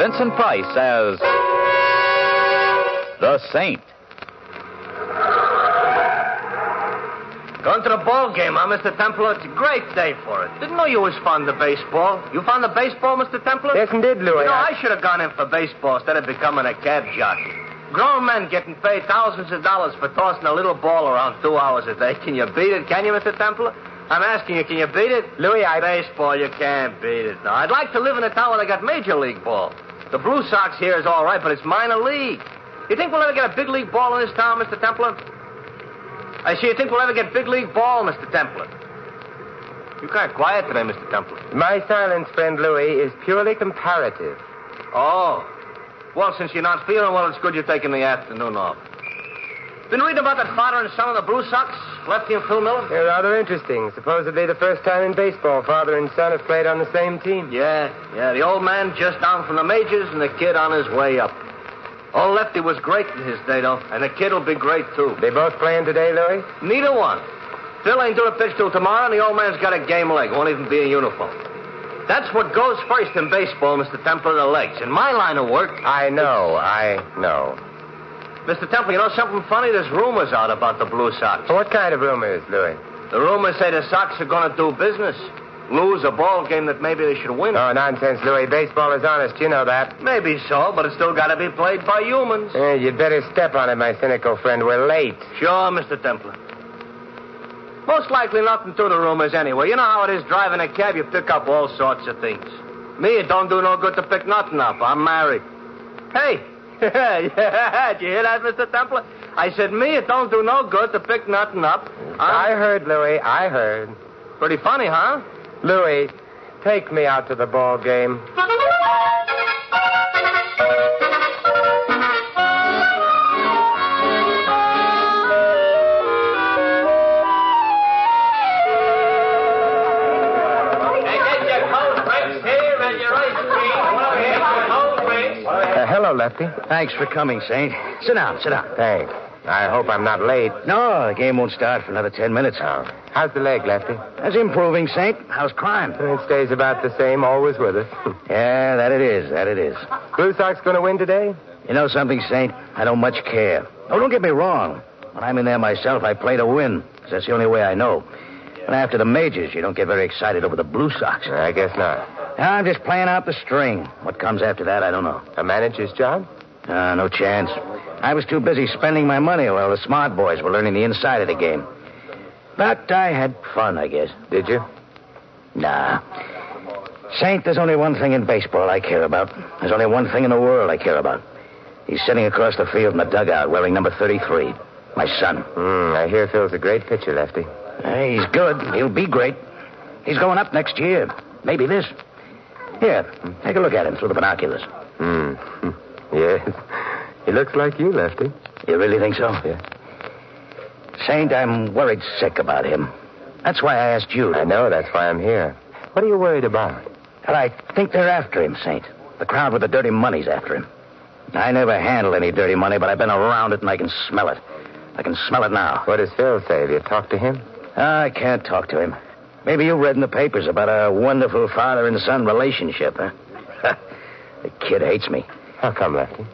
Vincent Price as The Saint. Going to the ball game, huh, Mr. Templer? It's a great day for it. Didn't know you was fond of baseball. You fond of baseball, Mr. Templer? Yes, indeed, Louis. You know, I should have gone in for baseball instead of becoming a cab jockey. Grown men getting paid thousands of dollars for tossing a little ball around two hours a day. Can you beat it? Can you, Mr. Templer? I'm asking you, can you beat it? Louis, I- Baseball, you can't beat it. Now, I'd like to live in a town where they got major league ball. The Blue Sox here is all right, but it's minor league. You think we'll ever get a big league ball in this town, Mr. Templer? I see you think we'll ever get big league ball, Mr. Templer. You kind of quiet today, Mr. Templer. my silence, friend Louis, is purely comparative. Oh. Well, since you're not feeling well, it's good you're taking the afternoon off. Been reading about that father and son of the Blue Sox, Lefty and Phil Miller? They're rather interesting. Supposedly the first time in baseball father and son have played on the same team. Yeah, yeah. The old man just down from the majors and the kid on his way up. Old Lefty was great in his day, though, and the kid will be great, too. They both playing today, Louis? Neither one. Phil ain't due to pitch till tomorrow, and the old man's got a game leg. Won't even be in uniform. That's what goes first in baseball, Mr. Templer, the legs. In my line of work, uh, I know, I know. Mr. Templer, you know something funny? There's rumors out about the Blue Sox. What kind of rumors, Louis? The rumors say the Sox are going to do business, lose a ball game that maybe they should win. Oh, nonsense, Louis. Baseball is honest, you know that. Maybe so, but it's still got to be played by humans. Eh, you'd better step on it, my cynical friend. We're late. Sure, Mr. Templer. Most likely nothing to the rumors anyway. You know how it is driving a cab, you pick up all sorts of things. Me, it don't do no good to pick nothing up. I'm married. Hey! Did you hear that, Mr. Templer? I said, me, it don't do no good to pick nothing up. I I'm... heard, Louis. I heard. Pretty funny, huh? Louis, take me out to the ball game. And get your cold drinks here and your ice cream. Get your cold drinks. Uh, hello, Lefty. Thanks for coming, Saint. Sit down, sit down. Thanks. I hope I'm not late. No, the game won't start for another ten minutes. Oh. How's the leg, Lefty? That's improving, Saint. How's crime? It stays about the same, always with us. Yeah, that it is, that it is. Blue Sox going to win today? You know something, Saint? I don't much care. Oh, don't get me wrong. When I'm in there myself, I play to win, 'cause that's the only way I know. And after the majors, you don't get very excited over the Blue Sox. I guess not. I'm just playing out the string. What comes after that, I don't know. A manager's job? Uh, no chance. I was too busy spending my money while the smart boys were learning the inside of the game. But I had fun, I guess. Did you? Nah. Saint, there's only one thing in baseball I care about. There's only one thing in the world I care about. He's sitting across the field in the dugout wearing number 33. My son. Hmm, I hear Phil's a great pitcher, Lefty. Hey, he's good. He'll be great. He's going up next year. Maybe this. Here, take a look at him through the binoculars. Hmm. Yes. He looks like you, Lefty. You really think so? Yeah. Saint, I'm worried sick about him. That's why I asked you. I know, that's why I'm here. What are you worried about? Well, I think they're after him, Saint. The crowd with the dirty money's after him. I never handled any dirty money, but I've been around it and I can smell it. I can smell it now. What does Phil say? Have you talked to him? I can't talk to him. Maybe you read in the papers about a wonderful father and son relationship, huh? the kid hates me. How Oh, come, Lefty?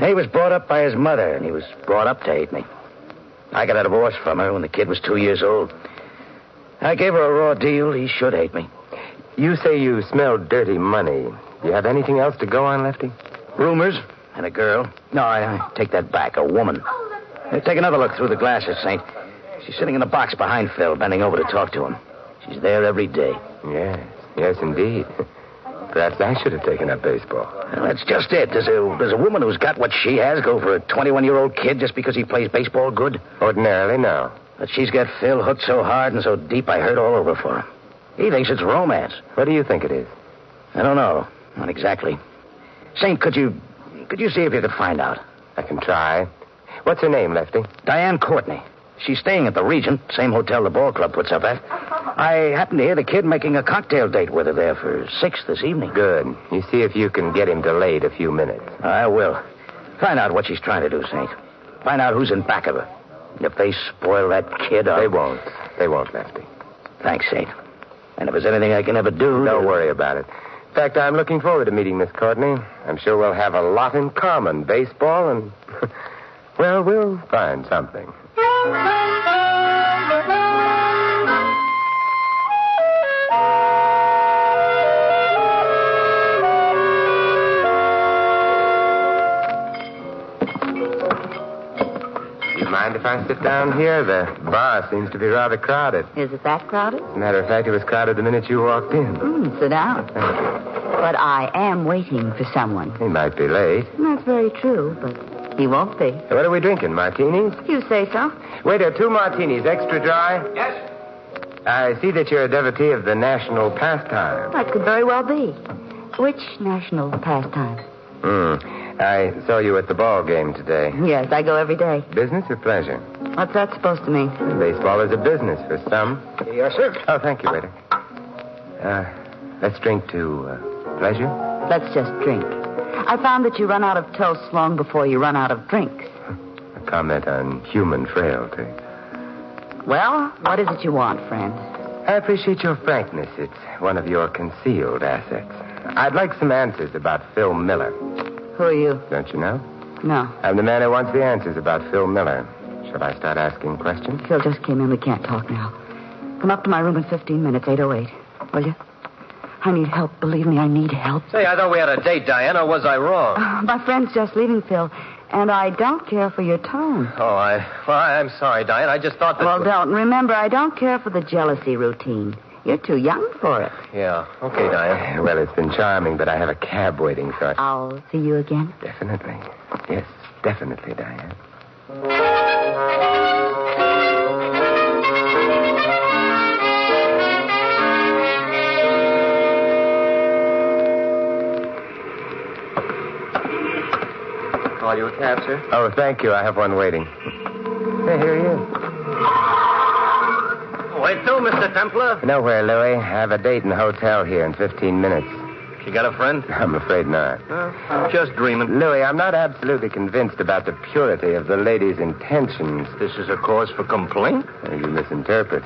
He was brought up by his mother, and he was brought up to hate me. I got a divorce from her when the kid was two years old. I gave her a raw deal. He should hate me. You say you smell dirty money. You have anything else to go on, Lefty? Rumors and a girl. No, I, I take that back. A woman. Uh, Take another look through the glasses, Saint. She's sitting in the box behind Phil, bending over to talk to him. She's there every day. Yes, yes, indeed. Perhaps I should have taken up baseball. Well, that's just it. Does a, does a woman who's got what she has go for a 21 year old kid just because he plays baseball good? Ordinarily, no. But she's got Phil hooked so hard and so deep I hurt all over for him. He thinks it's romance. What do you think it is? I don't know. Not exactly. Saint, could you Could you see if you could find out? I can try. What's her name, Lefty? Diane Courtney. She's staying at the Regent, same hotel the ball club puts up at. I happened to hear the kid making a cocktail date with her there for six this evening. Good. You see if you can get him delayed a few minutes. I will. Find out what she's trying to do, Saint. Find out who's in back of her. And if they spoil that kid, I'll... They won't. They won't, Lefty. Thanks, Saint. And if there's anything I can ever do... Don't worry about it. In fact, I'm looking forward to meeting Miss Courtney. I'm sure we'll have a lot in common baseball and. well, we'll find something. You mind if I sit down here? The bar seems to be rather crowded. Is it that crowded? Matter of fact, it was crowded the minute you walked in. Hmm, sit down. But I am waiting for someone. He might be late. That's very true, but he won't be. What are we drinking, martinis? You say so? Waiter, two martinis, extra dry. Yes? I see that you're a devotee of the national pastime. That could very well be. Which national pastime? Hmm. I saw you at the ball game today. Yes, I go every day. Business or pleasure? What's that supposed to mean? Baseball is a business for some. Yes, sir. Oh, thank you, waiter. Uh, let's drink to uh, pleasure. Let's just drink. I found that you run out of toasts long before you run out of drinks. A comment on human frailty. Well, what is it you want, friend? I appreciate your frankness. It's one of your concealed assets. I'd like some answers about Phil Miller. Who are you? Don't you know? No. I'm the man who wants the answers about Phil Miller. Shall I start asking questions? Phil just came in. We can't talk now. Come up to my room in 15 minutes, 808. Will you? I need help. Believe me, I need help. Say, I thought we had a date, Diane, or was I wrong? Oh, My friend's just leaving, Phil, and I don't care for your tone. Oh, I. Well, I- I'm sorry, Diane. I just thought that. Well, don't. Remember, I don't care for the jealousy routine. You're too young for it. Yeah. Okay, Diane. Well, it's been charming, but I have a cab waiting for us. I'll see you again. Definitely. Yes, definitely, Diane. Call you a cab, sir? Oh, thank you. I have one waiting. Hey, here he is. Wait through, Mr. Templar. Nowhere, Louis. I have a date in the hotel here in 15 minutes. You got a friend? I'm afraid not. Uh, just dreaming. Louis, I'm not absolutely convinced about the purity of the lady's intentions. This is a cause for complaint? Uh, You misinterpret.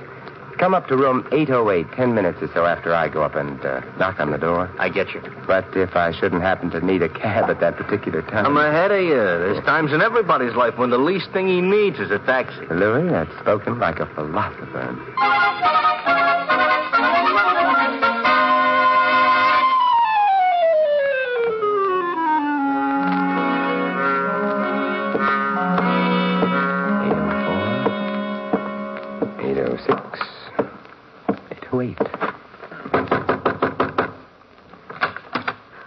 Come up to room 808, ten minutes or so after I go up and uh, knock on the door. I get you. But if I shouldn't happen to need a cab at that particular time. I'm ahead of you. There's times in everybody's life when the least thing he needs is a taxi. Louis, that's spoken like a philosopher. oh Eight oh four, eight oh six, eight oh eight.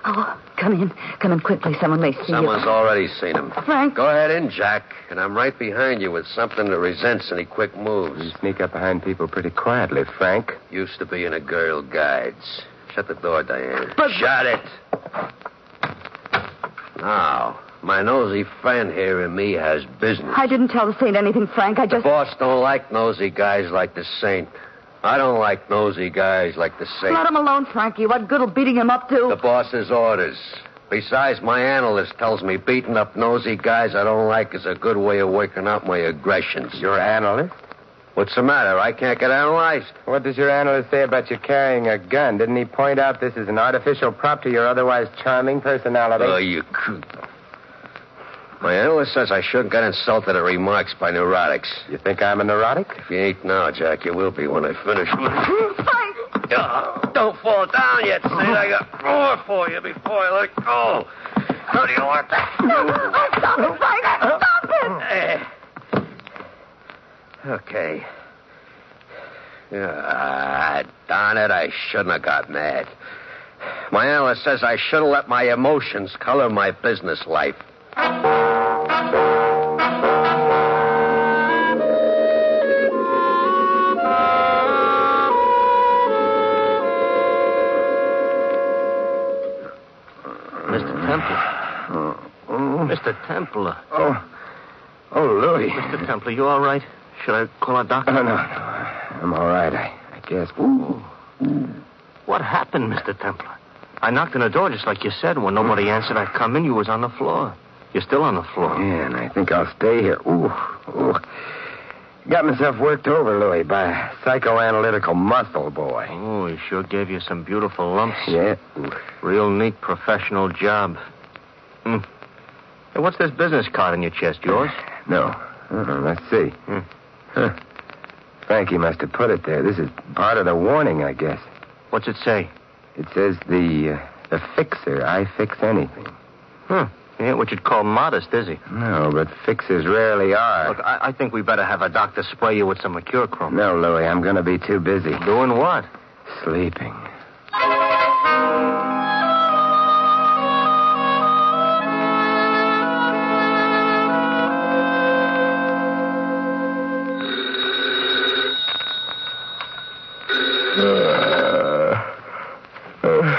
Oh, come in. Come in quickly. Someone may see Someone's already seen him. you. Frank. Go ahead in, Jack, and I'm right behind you with something that resents any quick moves. You sneak up behind people pretty quietly, Frank. Used to be in a girl guides. Shut the door, Diane. But- Shut it. Now, my nosy friend here and me has business. I didn't tell the saint anything, Frank. I The just. boss don't like nosy guys like the saint. I don't like nosy guys like the saint. Let him alone, Frankie. What good will beating him up to? The boss's orders. Besides, my analyst tells me beating up nosy guys I don't like is a good way of working out my aggressions. Your analyst? What's the matter? I can't get analyzed. What does your analyst say about you carrying a gun? Didn't he point out this is an artificial prop to your otherwise charming personality? Oh, you coot. My analyst says I shouldn't get insulted at remarks by neurotics. You think I'm a neurotic? If you ain't now, Jack, you will be when I finish. Frank! Ah, don't fall down yet, Sid. I got more for you before I let go. How do you want that? Oh, stop it, Frank! Stop it! Eh. Okay. Ah, darn it, I shouldn't have got mad. My analyst says I should have let my emotions color my business life. Mr. Templar. Mr. Templer. Oh, oh, Louis. Mr. Templer, you all right? Should I call a doctor? Oh, no, no. I'm all right, I, I guess. Ooh. What happened, Mr. Templer? I knocked on the door just like you said. When nobody answered, I come in. You was on the floor. You're still on the floor. Yeah, and I think I'll stay here. Ooh, ooh. Got myself worked over, Louis, by psychoanalytical muscle, boy. Oh, he sure gave you some beautiful lumps. Yeah. Real neat professional job. Hmm. Hey, what's this business card on your chest, yours? No. Uh, let's see. Hmm. Huh. Frankie must have put it there. This is part of the warning, I guess. What's it say? It says the uh, the fixer. I fix anything. Huh. He ain't Hmm. what you'd call modest, is he? No, but fixers rarely are. Look, I, I think we better have a doctor spray you with some mercurochrome. No, Louis, I'm going to be too busy. Doing what? Sleeping. Uh, uh,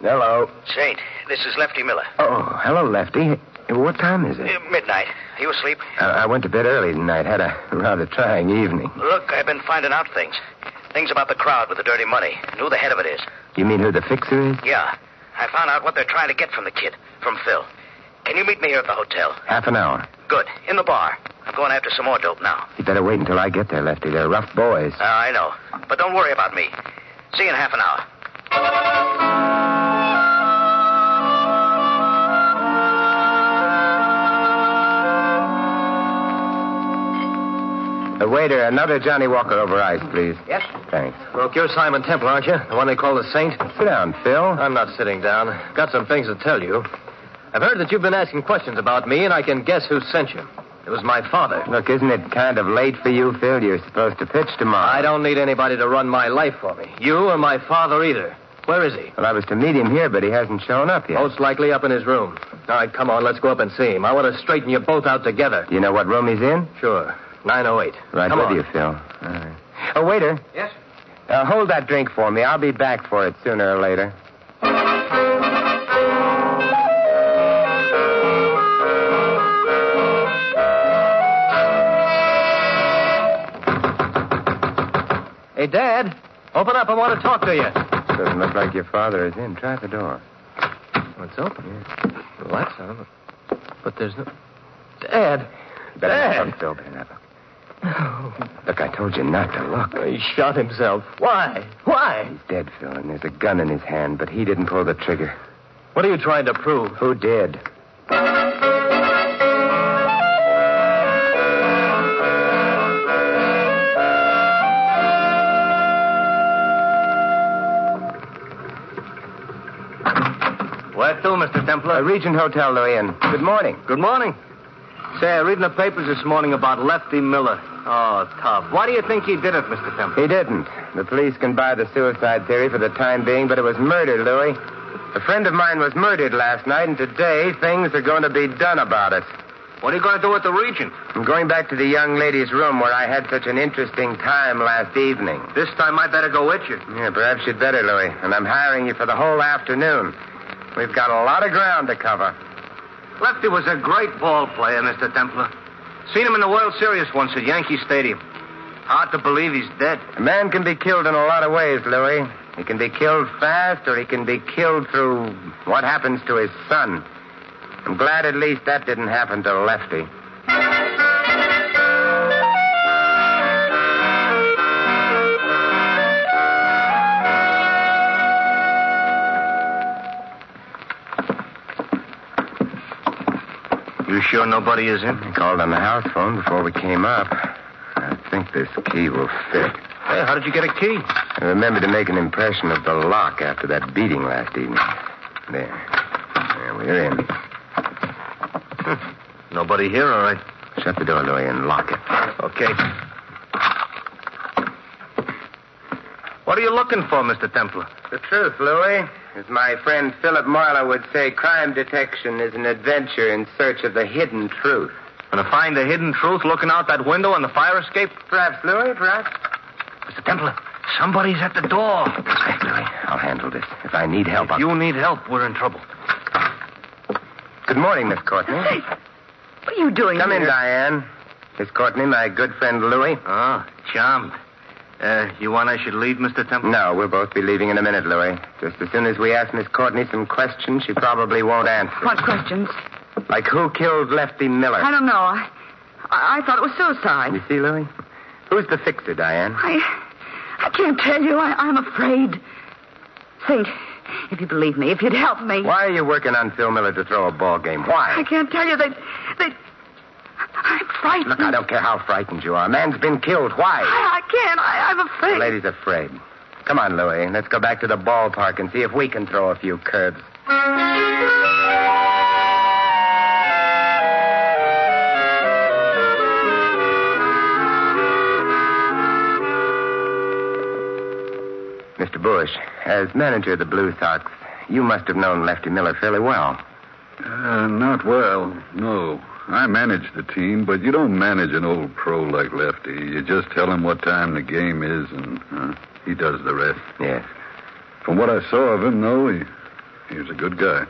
Hello. Saint, this is Lefty Miller. Oh, hello, Lefty. What time is it? Uh, midnight. Are you asleep? I I went to bed early tonight. Had a rather trying evening. Look, I've been finding out things. Things about the crowd with the dirty money. and Who the head of it is. You mean who the fixer is? Yeah. I found out what they're trying to get from the kid, from Phil. Can you meet me here at the hotel? Half an hour. Good. In the bar. I'm going after some more dope now. You better wait until I get there, Lefty. They're rough boys. Uh, I know. But don't worry about me. See you in half an hour. Uh, waiter, another Johnny Walker over ice, please. Yes? Thanks. Look, you're Simon Temple, aren't you? The one they call the saint? Uh, Sit down, Phil. I'm not sitting down. Got some things to tell you. I've heard that you've been asking questions about me, and I can guess who sent you. It was my father. Look, isn't it kind of late for you, Phil? You're supposed to pitch tomorrow. I don't need anybody to run my life for me. You or my father either. Where is he? Well, I was to meet him here, but he hasn't shown up yet. Most likely up in his room. All right, come on, let's go up and see him. I want to straighten you both out together. Do you know what room he's in? Sure. 908. Right come with on. you, Phil. All right. Oh, waiter, Yes? uh, hold that drink for me. I'll be back for it sooner or later. Hey, Dad, open up. I want to talk to you. Doesn't look like your father is in. Try the door. It's open. Yeah. Well, that's on. But there's no. Dad. Better Dad. not look, Phil. Better not look. Look, I told you not to look. He shot himself. Why? Why? He's Oh, dead, Phil, and there's a gun in his hand, but he didn't pull the trigger. What are you trying to prove? Who did? Where to, Mr. Templar? Uh, Regent Hotel, Louis, and good morning. Good morning. Say, I read in the papers this morning about Lefty Miller. Oh, tough. Why do you think he did it, Mr. Temple? He didn't. The police can buy the suicide theory for the time being, but it was murder, Louis. A friend of mine was murdered last night, and today things are going to be done about it. What are you going to do with the Regent? I'm going back to the young lady's room where I had such an interesting time last evening. This time I better go with you. Yeah, perhaps you'd better, Louis. And I'm hiring you for the whole afternoon. We've got a lot of ground to cover. Lefty was a great ball player, Mr. Templar. Seen him in the World Series once at Yankee Stadium. Hard to believe he's dead. A man can be killed in a lot of ways, Louis. He can be killed fast, or he can be killed through what happens to his son. I'm glad at least that didn't happen to Lefty. You sure nobody is in? I called on the house phone before we came up. I think this key will fit. Hey, how did you get a key? I remember to make an impression of the lock after that beating last evening. There. There, we're in. Nobody here, all right. Shut the door, Louis, and lock it. Okay. What are you looking for, Mr. Templar? The truth, Louis. As my friend Philip Marlowe would say, crime detection is an adventure in search of the hidden truth. Gonna find the hidden truth looking out that window on the fire escape? Perhaps, Louis, perhaps. Mr. Templar, somebody's at the door. Right, Louis. I'll handle this. If I need help, If I'll... you need help, we're in trouble. Good morning, Miss Courtney. What are you doing Come in, here? Diane. Miss Courtney, my good friend Louis. Oh, chum. Uh, you want I should leave, Mr. Temple? No, we'll both be leaving in a minute, Louis. Just as soon as we ask Miss Courtney some questions, she probably won't answer. What questions? Like who killed Lefty Miller? I don't know. I, I, I thought it was suicide. You see, Louis? Who's the fixer, Diane? I, I can't tell you. I, I'm afraid. Saint, if you believe me, if you'd help me. Why are you working on Phil Miller to throw a ball game? I Why? can't tell you. They, they, I'm frightened. Look, I don't care how frightened you are. A man's been killed. Why? I, I can't. I, I'm The afraid. lady's afraid. Come on, Louis. Let's go back to the ballpark and see if we can throw a few curves. Mr. Bush, as manager of the Blue Sox, you must have known Lefty Miller fairly well. Uh, not well, no. I manage the team, but you don't manage an old pro like Lefty. You just tell him what time the game is, and uh, he does the rest. Yes. From what I saw of him, though, he, he was a good guy.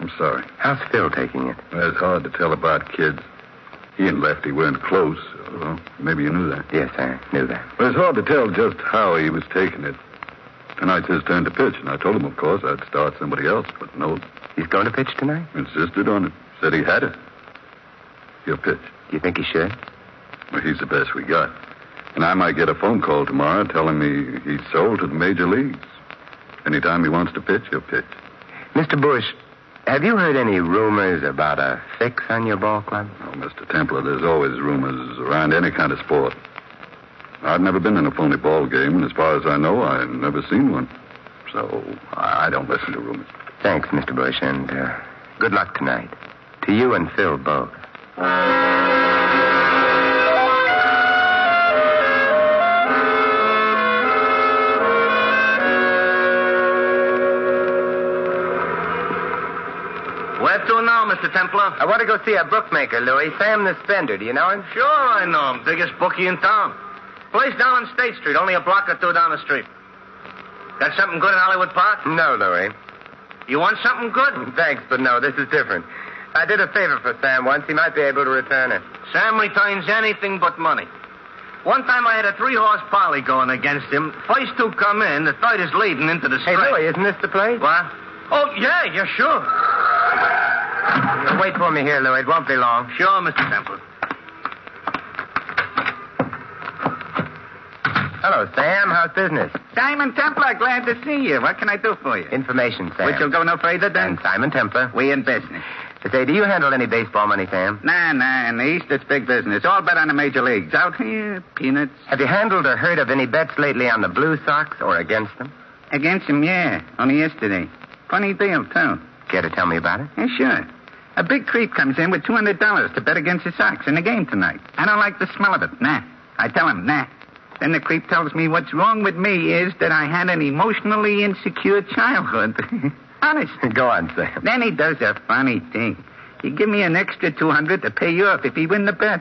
I'm sorry. How's Phil taking it? That's hard to tell about kids. He and Lefty weren't close. Well, maybe you knew that. Yes, I knew that. But it's hard to tell just how he was taking it. Tonight's his turn to pitch, and I told him, of course, I'd start somebody else, but no, He's going to pitch tonight? insisted on it. Said he had it. Your pitch. Do you think he should? Well, he's the best we got. And I might get a phone call tomorrow telling me he's sold to the major leagues. Anytime he wants to pitch, he'll pitch. Mr. Bush, have you heard any rumors about a fix on your ball club? Oh, Mr. Templer, there's always rumors around any kind of sport. I've never been in a phony ball game, and as far as I know, I've never seen one. So I I don't listen to rumors. Thanks, Mr. Bush, and uh, good luck tonight. To you and Phil both. Where to now, Mr. Templar? I want to go see a bookmaker, Louis. Sam the Spender. Do you know him? Sure, I know him. Biggest bookie in town. Place down on State Street, only a block or two down the street. Got something good in Hollywood Park? No, Louis. You want something good? Thanks, but no, this is different. I did a favor for Sam once. He might be able to return it. Sam returns anything but money. One time I had a three horse poly going against him. First two come in, the third is leading into the Hey, straight. Louis, isn't this the place? What? Oh, yeah, yeah, sure. Wait for me here, Louis. It won't be long. Sure, Mr. Temple. Hello, Sam. How's business? Diamond Templar, glad to see you. What can I do for you? Information, Sam. Which will go no further And than Simon Templer. we in business. Say, do you handle any baseball money, Sam? Nah, nah, in the East it's big business. All bet on the major leagues. Out here, peanuts. Have you handled or heard of any bets lately on the Blue Sox or against them? Against him, yeah. Only yesterday. Funny deal, too. Care to tell me about it? Yeah, sure. A big creep comes in with $200 to bet against the Sox in the game tonight. I don't like the smell of it. Nah. I tell him, nah. Then the creep tells me what's wrong with me is that I had an emotionally insecure childhood. Honest. Go on, Sam. Then he does a funny thing. He give me an extra 200 to pay you off if he win the bet.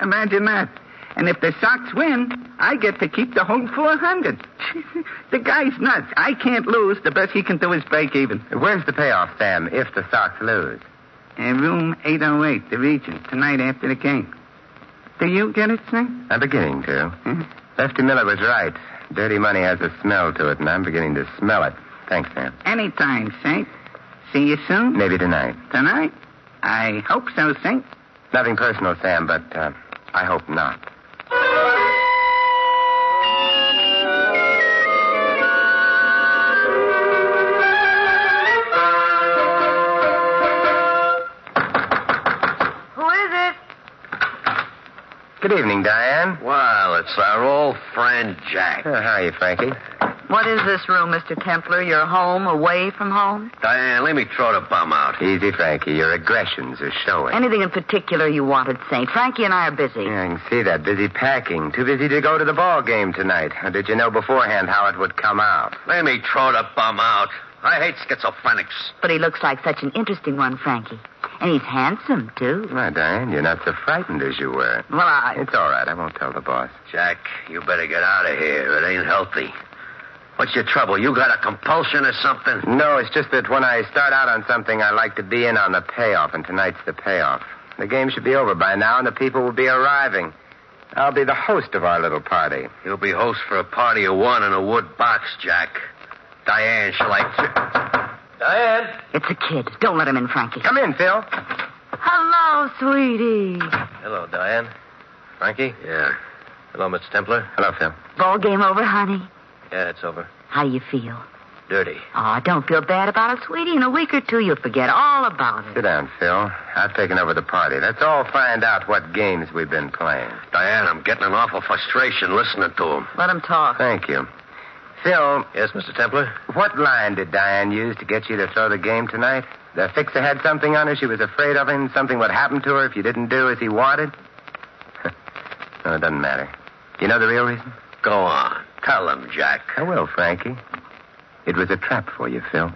Imagine that. And if the Sox win, I get to keep the whole 400. the guy's nuts. I can't lose. The best he can do is break even. Where's the payoff, Sam, if the Sox lose? Uh, room 808, the Regent, tonight after the game. Do you get it, sir? I'm beginning to. Mm-hmm. Hmm? Lefty Miller was right. Dirty money has a smell to it, and I'm beginning to smell it. Thanks, Sam. Anytime, Saint. See you soon? Maybe tonight. Tonight? I hope so, Saint. Nothing personal, Sam, but uh, I hope not. Who is it? Good evening, Diane. Well, it's our old friend Jack. Uh, how are you, Frankie? What is this room, Mr. Templar? Your home, away from home? Diane, let me throw the bum out. Easy, Frankie. Your aggressions are showing. Anything in particular you wanted, Saint? Frankie and I are busy. Yeah, I can see that. Busy packing. Too busy to go to the ball game tonight. Or did you know beforehand how it would come out? Let me throw the bum out. I hate schizophrenics. But he looks like such an interesting one, Frankie. And he's handsome, too. Why, Diane, you're not so frightened as you were. Well, I. It's all right. I won't tell the boss. Jack, you better get out of here. It ain't healthy. What's your trouble? You got a compulsion or something? No, it's just that when I start out on something, I like to be in on the payoff, and tonight's the payoff. The game should be over by now, and the people will be arriving. I'll be the host of our little party. You'll be host for a party of one in a wood box, Jack. Diane, shall I? Diane. It's a kid. Don't let him in, Frankie. Come in, Phil. Hello, sweetie. Hello, Diane. Frankie? Yeah. Hello, Miss Templar. Hello, Phil. Ball game over, honey. Yeah, it's over. How do you feel? Dirty. Oh, don't feel bad about it, sweetie. In a week or two, you'll forget all about Sit it. down, Phil. I've taken over the party. Let's all find out what games we've been playing. Diane, I'm getting an awful frustration listening to him. Let him talk. Thank you. Phil, Yes, Mr. Templar? what line did Diane use to get you to throw the game tonight? The fixer had something on her she was afraid of him, something would happen to her if you didn't do as he wanted? no, it doesn't matter. Do you know the real reason? Go on. Tell him, Jack. I will, Frankie. It was a trap for you, Phil.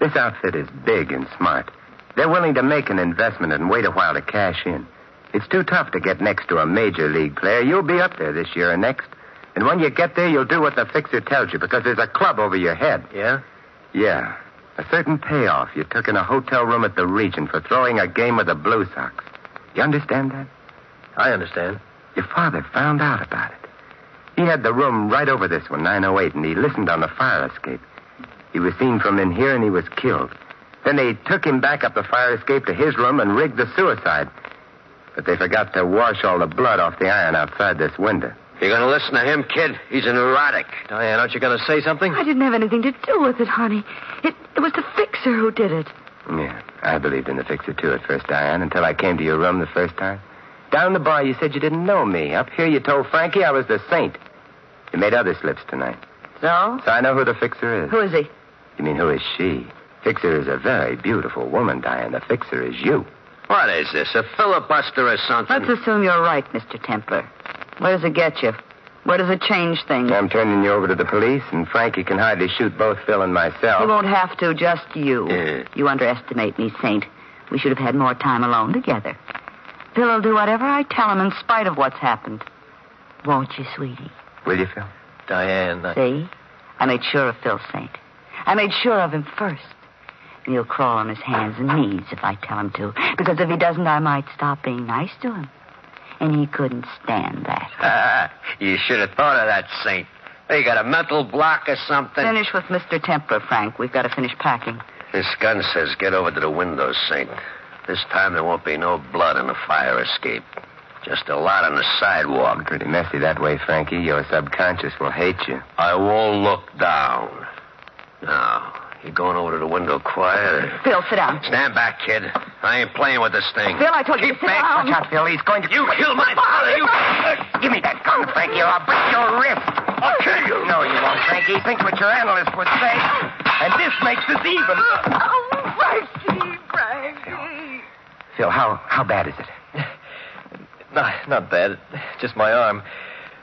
This outfit is big and smart. They're willing to make an investment and wait a while to cash in. It's too tough to get next to a major league player. You'll be up there this year and next. And when you get there, you'll do what the fixer tells you because there's a club over your head. Yeah? Yeah. A certain payoff you took in a hotel room at the Regent for throwing a game with the Blue Sox. You understand that? I understand. Your father found out about it. He had the room right over this one, 908, and he listened on the fire escape. He was seen from in here and he was killed. Then they took him back up the fire escape to his room and rigged the suicide. But they forgot to wash all the blood off the iron outside this window. You're going to listen to him, kid? He's an erotic. Diane, aren't you going to say something? I didn't have anything to do with it, honey. It, it was the fixer who did it. Yeah, I believed in the fixer too at first, Diane, until I came to your room the first time. Down the bar, you said you didn't know me. Up here, you told Frankie I was the saint. You made other slips tonight. So? So I know who the fixer is. Who is he? You mean, who is she? Fixer is a very beautiful woman, Diane. The fixer is you. What is this, a filibuster or something? Let's assume you're right, Mr. Templar. Where does it get you? Where does it change things? I'm turning you over to the police, and Frankie can hardly shoot both Phil and myself. You won't have to, just you. Yeah. You underestimate me, Saint. We should have had more time alone together. Phil'll do whatever I tell him in spite of what's happened. Won't you, sweetie? Will you, Phil? Diane, I... See? I made sure of Phil Saint. I made sure of him first. And he'll crawl on his hands and knees if I tell him to. Because if he doesn't, I might stop being nice to him. And he couldn't stand that. you should have thought of that, Saint. They got a mental block or something. Finish with Mr. Templar, Frank. We've got to finish packing. This gun says get over to the window, Saint. This time there won't be no blood in the fire escape. Just a lot on the I'm sidewalk. pretty messy that way, Frankie. Your subconscious will hate you. I won't look down. Now, you going over to the window quiet? or- Phil, sit down. Stand back, kid. I ain't playing with this thing. Phil, I told you to Keep sit back. down. Watch out, Phil. He's going to. You killed my father. You. Give me that gun, Frankie, or I'll break your wrist. I'll kill you. No, you won't, Frankie. Think what your analyst would say. And this makes us even. Oh, Frankie, Frankie. Phil, how, how bad is it? Not, not bad. Just my arm,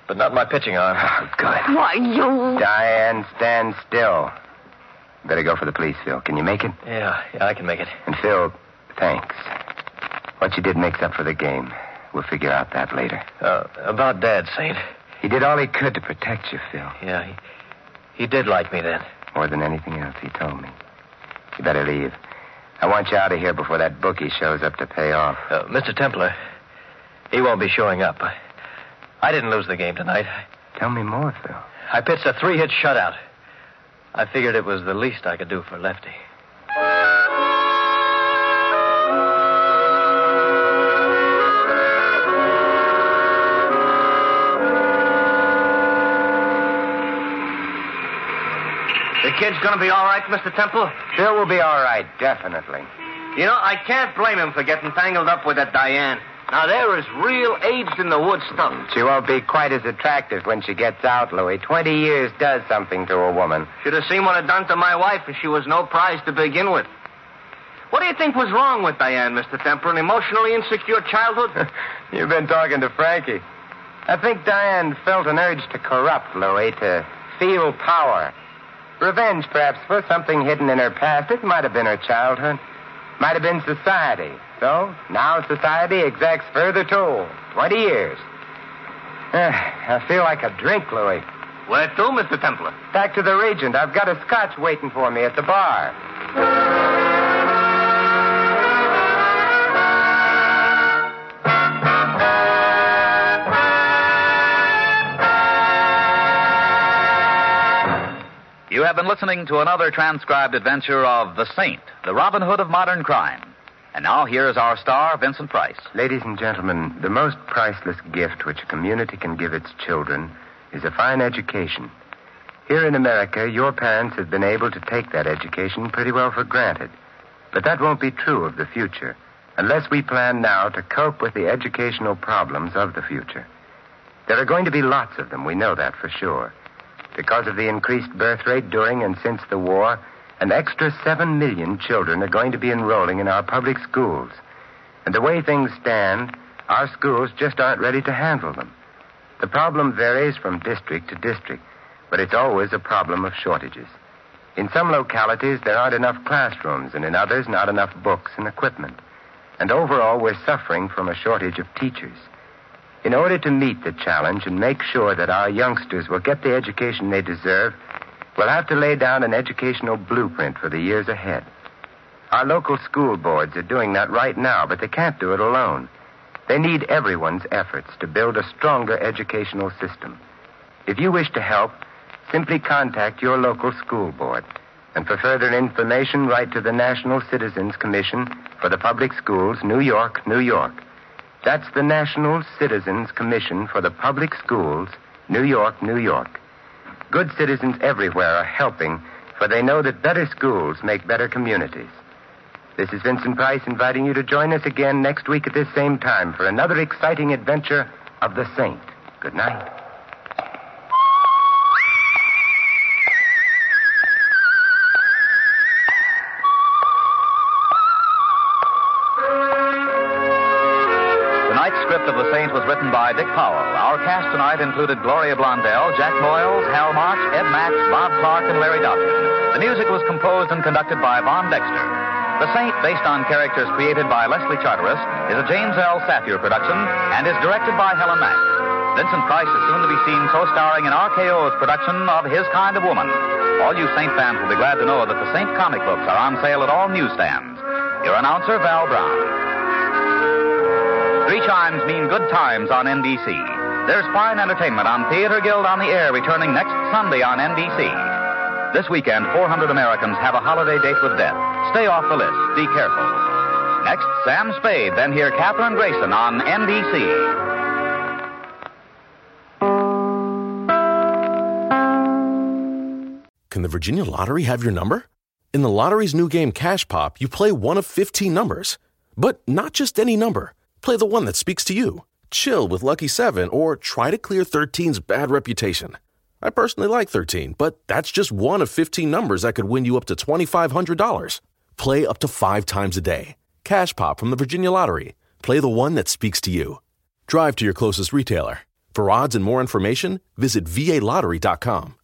but not my pitching arm. Oh, good. Why, you. Diane, stand still. Better go for the police, Phil. Can you make it? Yeah, yeah, I can make it. And Phil, thanks. What you did makes up for the game. We'll figure out that later. Uh, about Dad, Saint. He did all he could to protect you, Phil. Yeah, he, he did like me then. More than anything else, he told me. You better leave. I want you out of here before that bookie shows up to pay off. Uh, Mr. Templar, he won't be showing up. I, I didn't lose the game tonight. Tell me more, Phil. I pitched a three-hit shutout. I figured it was the least I could do for Lefty. The kid's gonna be all right, Mr. Temple. Phil will be all right, definitely. You know, I can't blame him for getting tangled up with that Diane. Now, there is real aged in the wood stuff. She won't be quite as attractive when she gets out, Louis. Twenty years does something to a woman. Should have seen what it done to my wife, and she was no prize to begin with. What do you think was wrong with Diane, Mr. Temper? An emotionally insecure childhood? You've been talking to Frankie. I think Diane felt an urge to corrupt Louis, to feel power. Revenge, perhaps, for something hidden in her past. It might have been her childhood. Might have been society. So, now society exacts further toll. Twenty years. Eh, I feel like a drink, Louis. Where to, Mr. Templar? Back to the Regent. I've got a scotch waiting for me at the bar. You have been listening to another transcribed adventure of The Saint, the Robin Hood of modern crime. And now here is our star, Vincent Price. Ladies and gentlemen, the most priceless gift which a community can give its children is a fine education. Here in America, your parents have been able to take that education pretty well for granted. But that won't be true of the future unless we plan now to cope with the educational problems of the future. There are going to be lots of them, we know that for sure. Because of the increased birth rate during and since the war, an extra 7 million children are going to be enrolling in our public schools. And the way things stand, our schools just aren't ready to handle them. The problem varies from district to district, but it's always a problem of shortages. In some localities, there aren't enough classrooms, and in others, not enough books and equipment. And overall, we're suffering from a shortage of teachers. In order to meet the challenge and make sure that our youngsters will get the education they deserve, we'll have to lay down an educational blueprint for the years ahead. Our local school boards are doing that right now, but they can't do it alone. They need everyone's efforts to build a stronger educational system. If you wish to help, simply contact your local school board. And for further information, write to the National Citizens Commission for the Public Schools, New York, New York. That's the National Citizens Commission for the Public Schools, New York, New York. Good citizens everywhere are helping, for they know that better schools make better communities. This is Vincent Price inviting you to join us again next week at this same time for another exciting adventure of the Saint. Good night. Tonight's script of The Saint was written by Dick Powell. Our cast tonight included Gloria Blondell, Jack Moyles, Hal March, Ed Max, Bob Clark, and Larry Dodson. The music was composed and conducted by Von Dexter. The Saint, based on characters created by Leslie Charteris, is a James L. Safier production and is directed by Helen Mack. Vincent Price is soon to be seen co-starring in RKO's production of His Kind of Woman. All you Saint fans will be glad to know that the Saint comic books are on sale at all newsstands. Your announcer, Val Brown. Three chimes mean good times on NBC. There's fine entertainment on Theater Guild on the Air returning next Sunday on NBC. This weekend, 400 Americans have a holiday date with death. Stay off the list. Be careful. Next, Sam Spade, then hear Katherine Grayson on NBC. Can the Virginia Lottery have your number? In the lottery's new game Cash Pop, you play one of 15 numbers, but not just any number. Play the one that speaks to you. Chill with Lucky 7 or try to clear 13's bad reputation. I personally like 13, but that's just one of 15 numbers that could win you up to $2,500. Play up to five times a day. Cash Pop from the Virginia Lottery. Play the one that speaks to you. Drive to your closest retailer. For odds and more information, visit VALottery.com.